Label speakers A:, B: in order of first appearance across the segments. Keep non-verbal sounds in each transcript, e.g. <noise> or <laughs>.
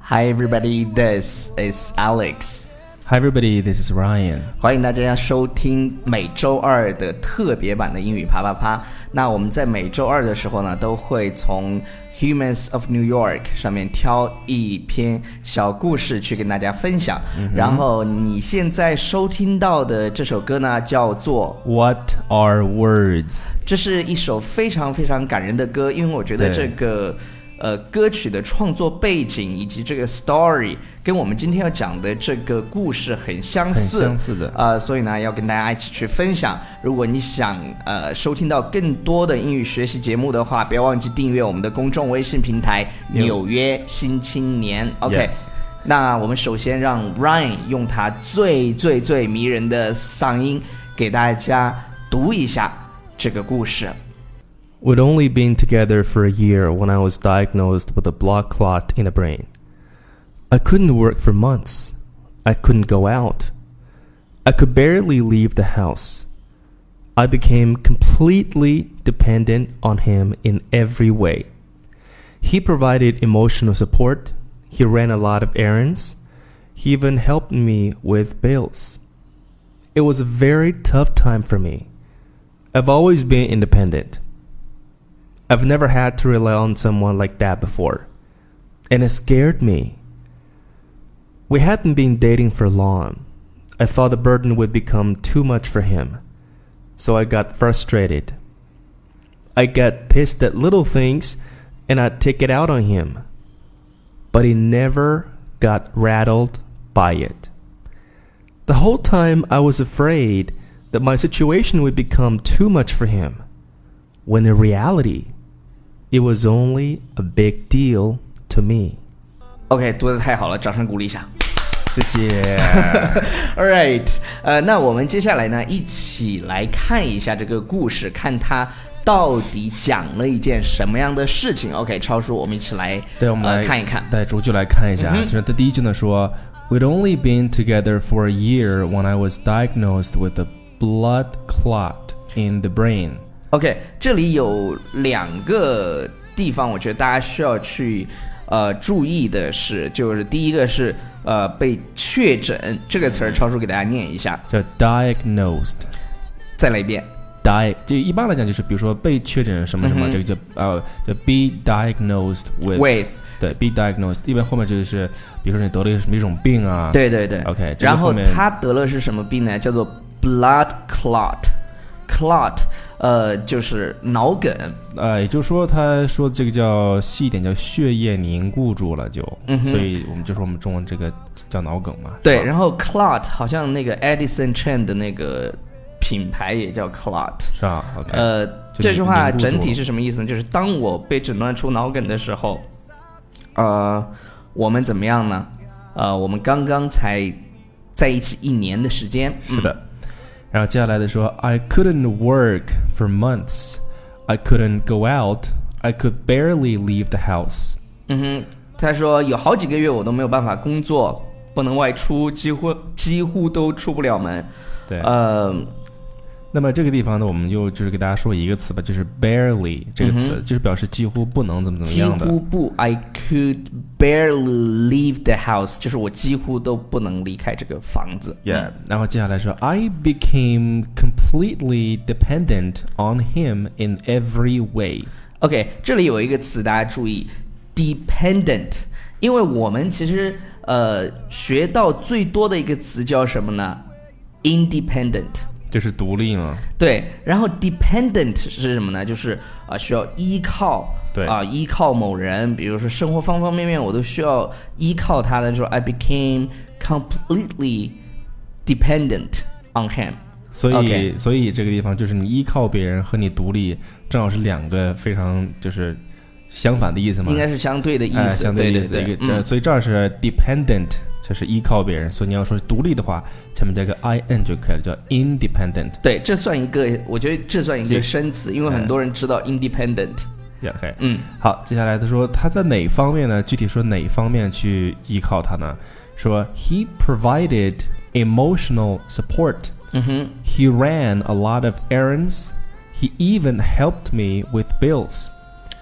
A: Hi everybody, this is Alex.
B: Hi everybody, this is Ryan。
A: 欢迎大家收听每周二的特别版的英语啪啪啪。那我们在每周二的时候呢，都会从 Humans of New York 上面挑一篇小故事去跟大家分享。然后你现在收听到的这首歌呢，叫做
B: What are words？
A: 这是一首非常非常感人的歌，因为我觉得
B: 对
A: 这个呃歌曲的创作背景以及这个 story 跟我们今天要讲的这个故事很相似，
B: 很相似的
A: 呃，所以呢要跟大家一起去分享。如果你想呃收听到更多的英语学习节目的话，不要忘记订阅我们的公众微信平台《
B: 有
A: 纽约新青年》。OK，、
B: Yes
A: 那我们首先让 Ryan 用他最最最迷人的嗓音给大家读一下这个故事。
B: We'd only been together for a year when I was diagnosed with a blood clot in the brain. I couldn't work for months. I couldn't go out. I could barely leave the house. I became completely dependent on him in every way. He provided emotional support. He ran a lot of errands. He even helped me with bills. It was a very tough time for me. I've always been independent. I've never had to rely on someone like that before, and it scared me. We hadn't been dating for long. I thought the burden would become too much for him, so I got frustrated. I got pissed at little things and I'd take it out on him, but he never got rattled by it. The whole time I was afraid that my situation would become too much for him when in reality, it was only a big deal to me.
A: OK，读的太好了，掌声鼓励一下。
B: 谢谢。
A: All right，呃，那我们接下来呢，一起来看一下这个故事，看它到底讲了一件什么样的事情。OK，超叔，我们一起来，
B: <laughs> 对，我们来、
A: 呃、看一看。
B: 对，逐句来看一下。啊，就是他第一句呢说，We'd only been together for a year when I was diagnosed with a blood clot in the brain。
A: OK，这里有两个地方，我觉得大家需要去呃注意的是，就是第一个是呃被确诊这个词
B: 嗯
A: 儿，超叔给大家念一下，
B: 叫 diagnosed。
A: 再来一遍。
B: di 这一般来讲就是，比如说被确诊什么什么，
A: 嗯哼
B: 这个叫呃叫 be diagnosed with。
A: With
B: 对，be diagnosed，一般后面就是，比如说你得了一个什么一种病啊。。
A: 对对对
B: OK，这个
A: 然后
B: 后面
A: 他得了是什么病呢？叫做 blood clot，clot，呃，就是脑梗。
B: 呃，也就是说，他说这个叫细一点叫血液凝固住了就，
A: 嗯哼
B: 所以我们就说我们中文这个叫脑梗嘛。
A: 对，
B: 是吧
A: 然后 clot 好像那个 Edison Chen 的那个品牌也叫 clot。
B: 是吧？OK，
A: 呃，
B: 就
A: 这
B: 你
A: 句话
B: 你固住
A: 整体
B: 了
A: 是什么意思呢？就是当我被诊断出脑梗的时候，呃，我们怎么样呢？呃，我们刚刚才在一起一年的时间，
B: 是的。
A: 嗯
B: 然后接下来的说，I couldn't work for months. I couldn't go out. I could barely leave the house.
A: 嗯哼，他说有好几个月我都没有办法工作，不能外出，几乎几乎都出不了门。
B: 对，
A: 呃，
B: 那么这个地方呢，我们就就是给大家说一个词吧，就是 barely 这个词，就是表示几乎不能怎么怎
A: 嗯
B: 么
A: 几
B: 样的。
A: 乎不，I could barely leave the house，就是我几乎都不能离开这个房子。
B: Yeah，然后接下来说，I became completely dependent on him in every way。
A: OK，这里有一个词大家注意，dependent，因为我们其实呃学到最多的一个词叫什么呢？independent。
B: 就是独立嘛，
A: 对，然后 dependent 是什么呢？就是啊、需要依靠，
B: 对
A: 啊、依靠某人，比如说生活方方面面，我都需要依靠他的。说 I became completely dependent on him。
B: 所以
A: OK
B: 所以这个地方就是你依靠别人和你独立，正好是两个非常就是相反的意思嘛，
A: 应该是相对的意思，
B: 哎相对的意思。
A: 对
B: 一
A: 对
B: 个
A: 对，
B: 这
A: 嗯
B: 所以这儿是 dependent，就是依靠别人，所以你要说独立的话，前面加个 i n 就可以了，叫 independent。
A: 对，这算一个，我觉得这算一个
B: 这
A: 生词，因为很多人知道 independent。
B: Yeah, OK，
A: 嗯，
B: 好，接下来他说他在哪方面呢？具体说哪方面去依靠他呢？说 he provided emotional support。
A: 嗯哼
B: He ran a lot of errands. He even helped me with bills.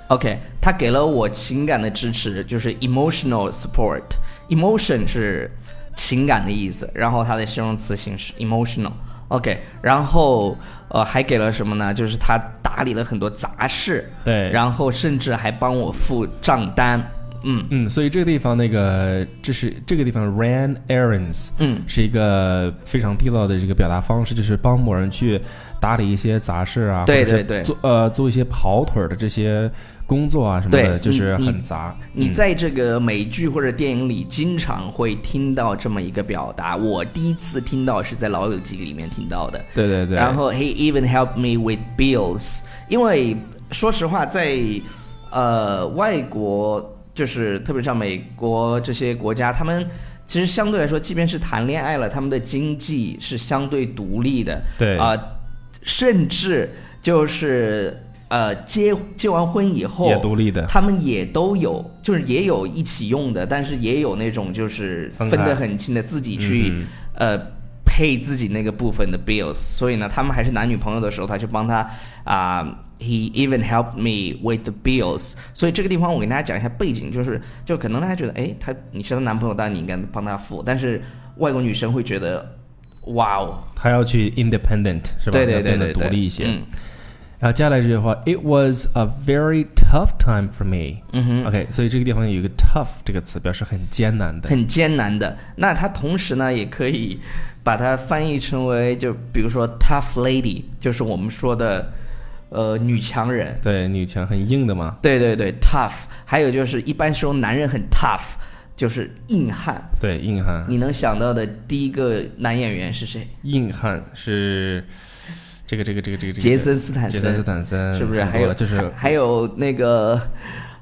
A: OK，他给了我情感的支持，就是 emotional support。emotion 是情感的意思，然后它的形容词形式 emotional。OK，然后呃还给了什么呢？就是他打理了很多杂事，
B: 对，
A: 然后甚至还帮我付账单。嗯
B: 嗯，所以这个地方那个，这是这个地方 ran errands，
A: 嗯，
B: 是一个非常地道的这个表达方式，就是帮某人去打理一些杂事啊，
A: 对
B: 或者是
A: 对对
B: 做呃做一些跑腿儿的这些工作啊什么
A: 对
B: 的，就是
A: 你
B: 很杂。
A: 你在这个美剧或者电影里经常会听到这么一个表达，我第一次听到是在《老友记》里面听到的。
B: 对对对，
A: 然后 he even helped me with bills，因为说实话，在呃外国，就是特别像美国这些国家，他们其实相对来说，即便是谈恋爱了，他们的经济是相对独立的，
B: 对
A: 啊、甚至就是呃结结完婚以后
B: 也独立的，
A: 他们也都有，就是也有一起用的，但是也有那种就是
B: 分
A: 分
B: 开嗯
A: 得很清的，自己去、呃 pay 自己那个部分的 bills。所以呢，他们还是男女朋友的时候，他就帮他啊、h e even helped me with the bills。所以这个地方我给大家讲一下背景，就是就可能大家觉得，哎，他你是她男朋友，当然你应该帮他付，但是外国女生会觉得，哇哦，
B: 他要去 independent 是吧？
A: 对对
B: 要
A: 对
B: 变
A: 对
B: 得独
A: 对，
B: 立一些。
A: 嗯
B: 然后接下来这句话，It was a very tough time for me。
A: 嗯哼。
B: OK，所以这个地方有一个 tough 这个词，表示很艰难的。
A: 很艰难的。那它同时呢，也可以把它翻译成为，就比如说 tough lady，就是我们说的呃女强人。
B: 对，女强很硬的嘛。
A: 对对对，tough。还有就是一般时候男人很 tough，就是硬汉。
B: 对，硬汉。
A: 你能想到的第一个男演员是谁？
B: 硬汉是这个这个这个这个这个
A: 杰森斯坦
B: 杰森斯
A: 森，
B: 坦森
A: 是不是？
B: 很
A: 还
B: 多
A: 有
B: 就是
A: 还还有那个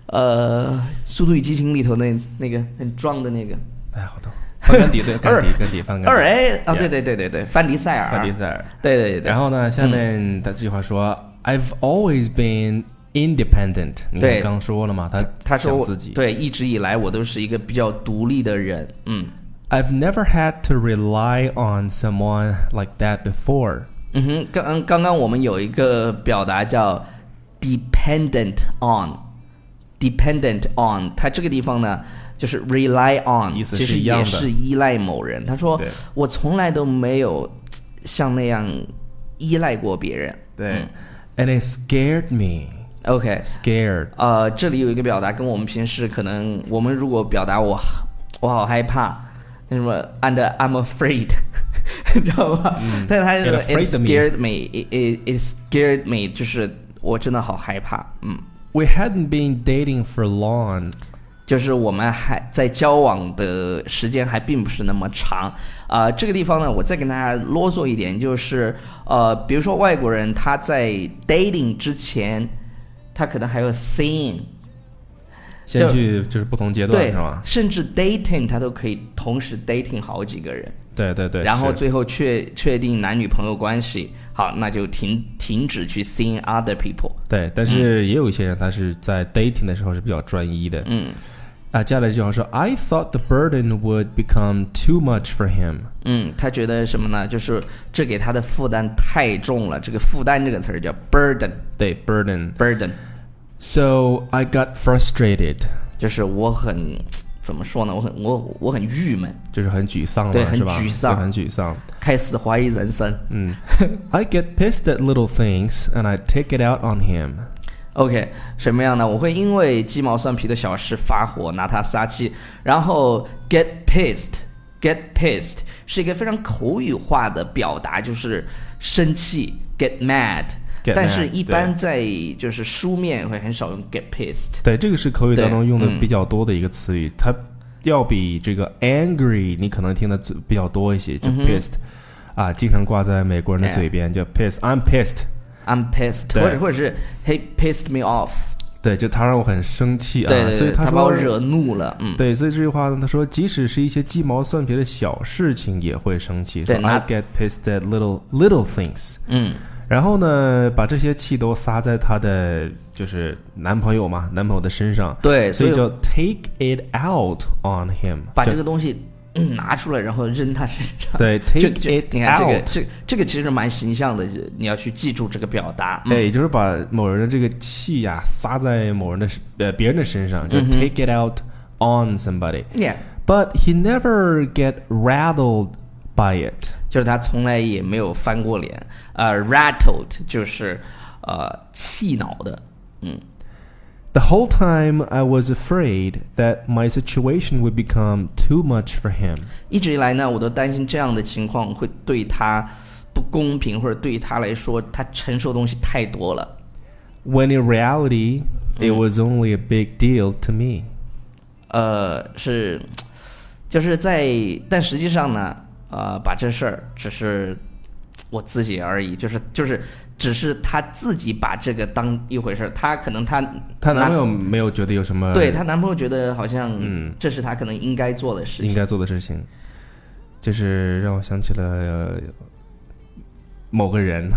A: 呃，《速度与激情》里头那那个很壮的那个
B: 哎，好多范
A: <laughs>
B: 甘迪对甘迪甘迪范甘迪
A: 二 A 啊，
B: Yeah
A: 对对对对对，范迪塞尔，
B: 范迪塞尔。
A: 对对对对
B: 然后呢，下面他这句话说：“I've always been independent。”你看
A: 对
B: 刚说了嘛，他
A: 他说
B: 讲
A: 我
B: 自己
A: 对一直以来我都是一个比较独立的人，嗯
B: I've never had to rely on someone like that before。
A: 嗯哼，刚刚刚我们有一个表达叫 dependent on，dependent on，它这个地方呢就是 rely on，
B: 意思
A: 其
B: 是
A: 实
B: 一样
A: 也
B: 的
A: 是依赖某人。他说
B: 对
A: 我从来都没有像那样依赖过别人。嗯
B: 对，And it scared me。
A: OK，
B: Scared。
A: 呃，这里有一个表达跟我们平时可能我们如果表达我我好害怕，那什么 and I'm afraid，你 <laughs> 知道吧？但是他就
B: It
A: 说 it
B: 嗯 afraid me
A: scared me, it it it scared me，就是我真的好害怕，嗯，
B: We hadn't been dating for long。
A: 就是我们还在交往的时间还并不是那么长啊、这个地方呢，我再跟大家啰嗦一点，就是呃，比如说外国人他在 dating 之前，他可能还有 seeing。
B: 先去就是不同阶段
A: 对
B: 是吧？
A: 甚至 dating 他都可以同时 dating 好几个人，
B: 对对对。
A: 然后
B: 是
A: 最后确确定男女朋友关系，好，那就停停止去 seeing other people。
B: 对，但是也有一些人他是在 dating 的时候是比较专一的。
A: 嗯
B: 啊，接下来这句话说：“I thought the burden would become too much for him。
A: 嗯，他觉得什么呢？就是这给他的负担太重了。这个负担这个词儿叫 burden，burden
B: 对，burden。So I got frustrated，
A: 就是我很怎么说呢？我很我我很郁闷，
B: 就是很沮丧
A: 对
B: 了，
A: 很
B: 是吧？
A: 沮丧
B: 就很沮丧。
A: 开始怀疑人生。
B: 嗯，I get pissed at little things and I take it out on him。
A: OK，什么样呢？我会因为鸡毛蒜皮的小事发火，拿它撒气，然后 get pissed，get pissed 是一个非常口语化的表达，就是生气 get mad，
B: get
A: 但是
B: mad，
A: 一般在就是书面会很少用 get pissed。
B: 对，这个是口语当中
A: 对
B: 用的
A: 嗯
B: 比较多的一个词语，它要比这个 angry 你可能听的最比较多一些，
A: 嗯
B: 就 pissed，、啊，经常挂在美国人的
A: 哎
B: 嘴边，叫 pissed，I'm pissed，
A: I'm pissed，
B: 对
A: 或者或者是 he pissed me off，、
B: 对，就他让我很生气啊，
A: 对对对，
B: 所以
A: 他把
B: 说
A: 我惹怒了，嗯，
B: 对，所以这句话呢，他说，即使是一些鸡毛蒜皮的小事情也会生气，
A: 对
B: 说
A: 拿
B: I get pissed at little little things。
A: 嗯，
B: 然后呢，把这些气都撒在她的就是男朋友嘛，男朋友的身上，
A: 对，所
B: 所
A: 以
B: 以叫 take it out on him，
A: 把
B: 就
A: 这个东西嗯拿出来，然后扔他身上。
B: 对
A: 这
B: ，take
A: 这
B: it
A: 哎你看这个
B: out，
A: 这这个其实蛮形象的，你要去记住这个表达。嗯
B: 哎，就是把某人的这个气呀、撒在某人的身呃别人的身上，就是
A: 嗯
B: take it out on somebody。
A: ，yeah，
B: But he never get rattled by it。
A: 就是他从来也没有翻过脸。呃，rattled 就是呃气恼的，嗯
B: The whole time I was afraid that my situation would become too much for him.
A: 一直以来呢，我都担心这样的情况会对他不公平，或者对他来说，他承受的东西太多了。
B: When in reality,
A: Mm-hmm.
B: it was only a big deal to me.
A: 呃，是，就是在，但实际上呢，呃，把这事儿只是我自己而已，就是就是，只是他自己把这个当一回事儿，他可能他
B: 她男
A: 男
B: 朋友没有觉得有什么
A: 对她男朋友觉得好像这是他可能应该做的事
B: 嗯应
A: 情，
B: 该做的事情，这是让我想起了、呃某个人。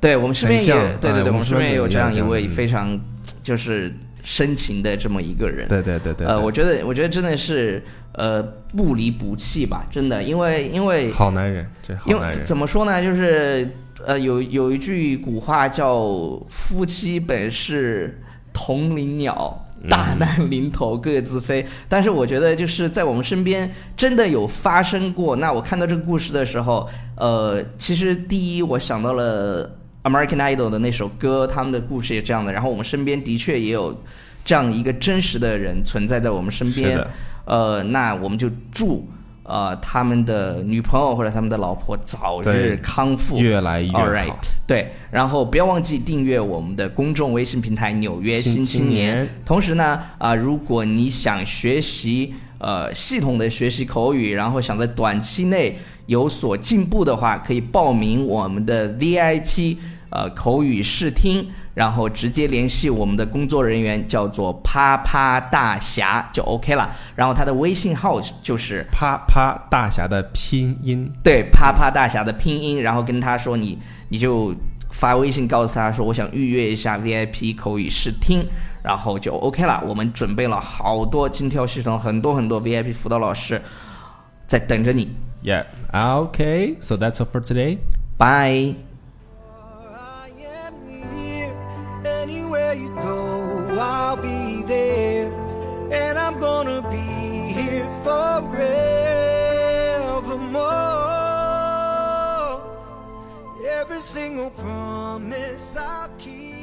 A: 对我们身边也
B: 很像
A: 对对对，
B: 哎我们
A: 我们身边也有这样一
B: 身边
A: 位
B: 也有这样
A: 非常就是深情的这么一个人，
B: 对对对对，
A: 呃，
B: 对
A: 我觉得我觉得真的是呃不离不弃吧，真的，因为因为
B: 好男人，这是好
A: 因
B: 男
A: 为
B: 人。
A: 怎么说呢，就是呃，有有一句古话叫“夫妻本是同林鸟，
B: 嗯
A: 大难临头各自飞”但是我觉得就是在我们身边真的有发生过。那我看到这个故事的时候，呃，其实第一我想到了 American Idol 的那首歌，他们的故事也这样的。然后我们身边的确也有这样一个真实的人存在在我们身
B: 是
A: 边
B: 的。
A: 呃，那我们就祝呃他们的女朋友或者他们的老婆早日
B: 对
A: 康复，
B: 越来越
A: All right，
B: 好。
A: 对，然后不要忘记订阅我们的公众微信平台《纽约
B: 新
A: 新青
B: 青
A: 年》
B: 年
A: 同时呢，啊、如果你想学习呃系统的学习口语，然后想在短期内有所进步的话，可以报名我们的 VIP 呃口语试听，然后直接联系我们的工作人员，叫做啪啪大侠就 OK 了。然后他的微信号就是
B: 啪啪大侠的拼音，
A: 对啪啪大侠的拼音，然后跟他说你你就发微信告诉他说我想预约一下 VIP 口语试听，然后就 OK 了。我们准备了好多精挑细选，很多很多 VIP 辅导老师在等着你。
B: yeah. Okay, so that's all for today.
A: 拜。
C: I am near. Anywhere you go, I'll be there. And I'm gonna be here forevermore. Every single promise I'll keep.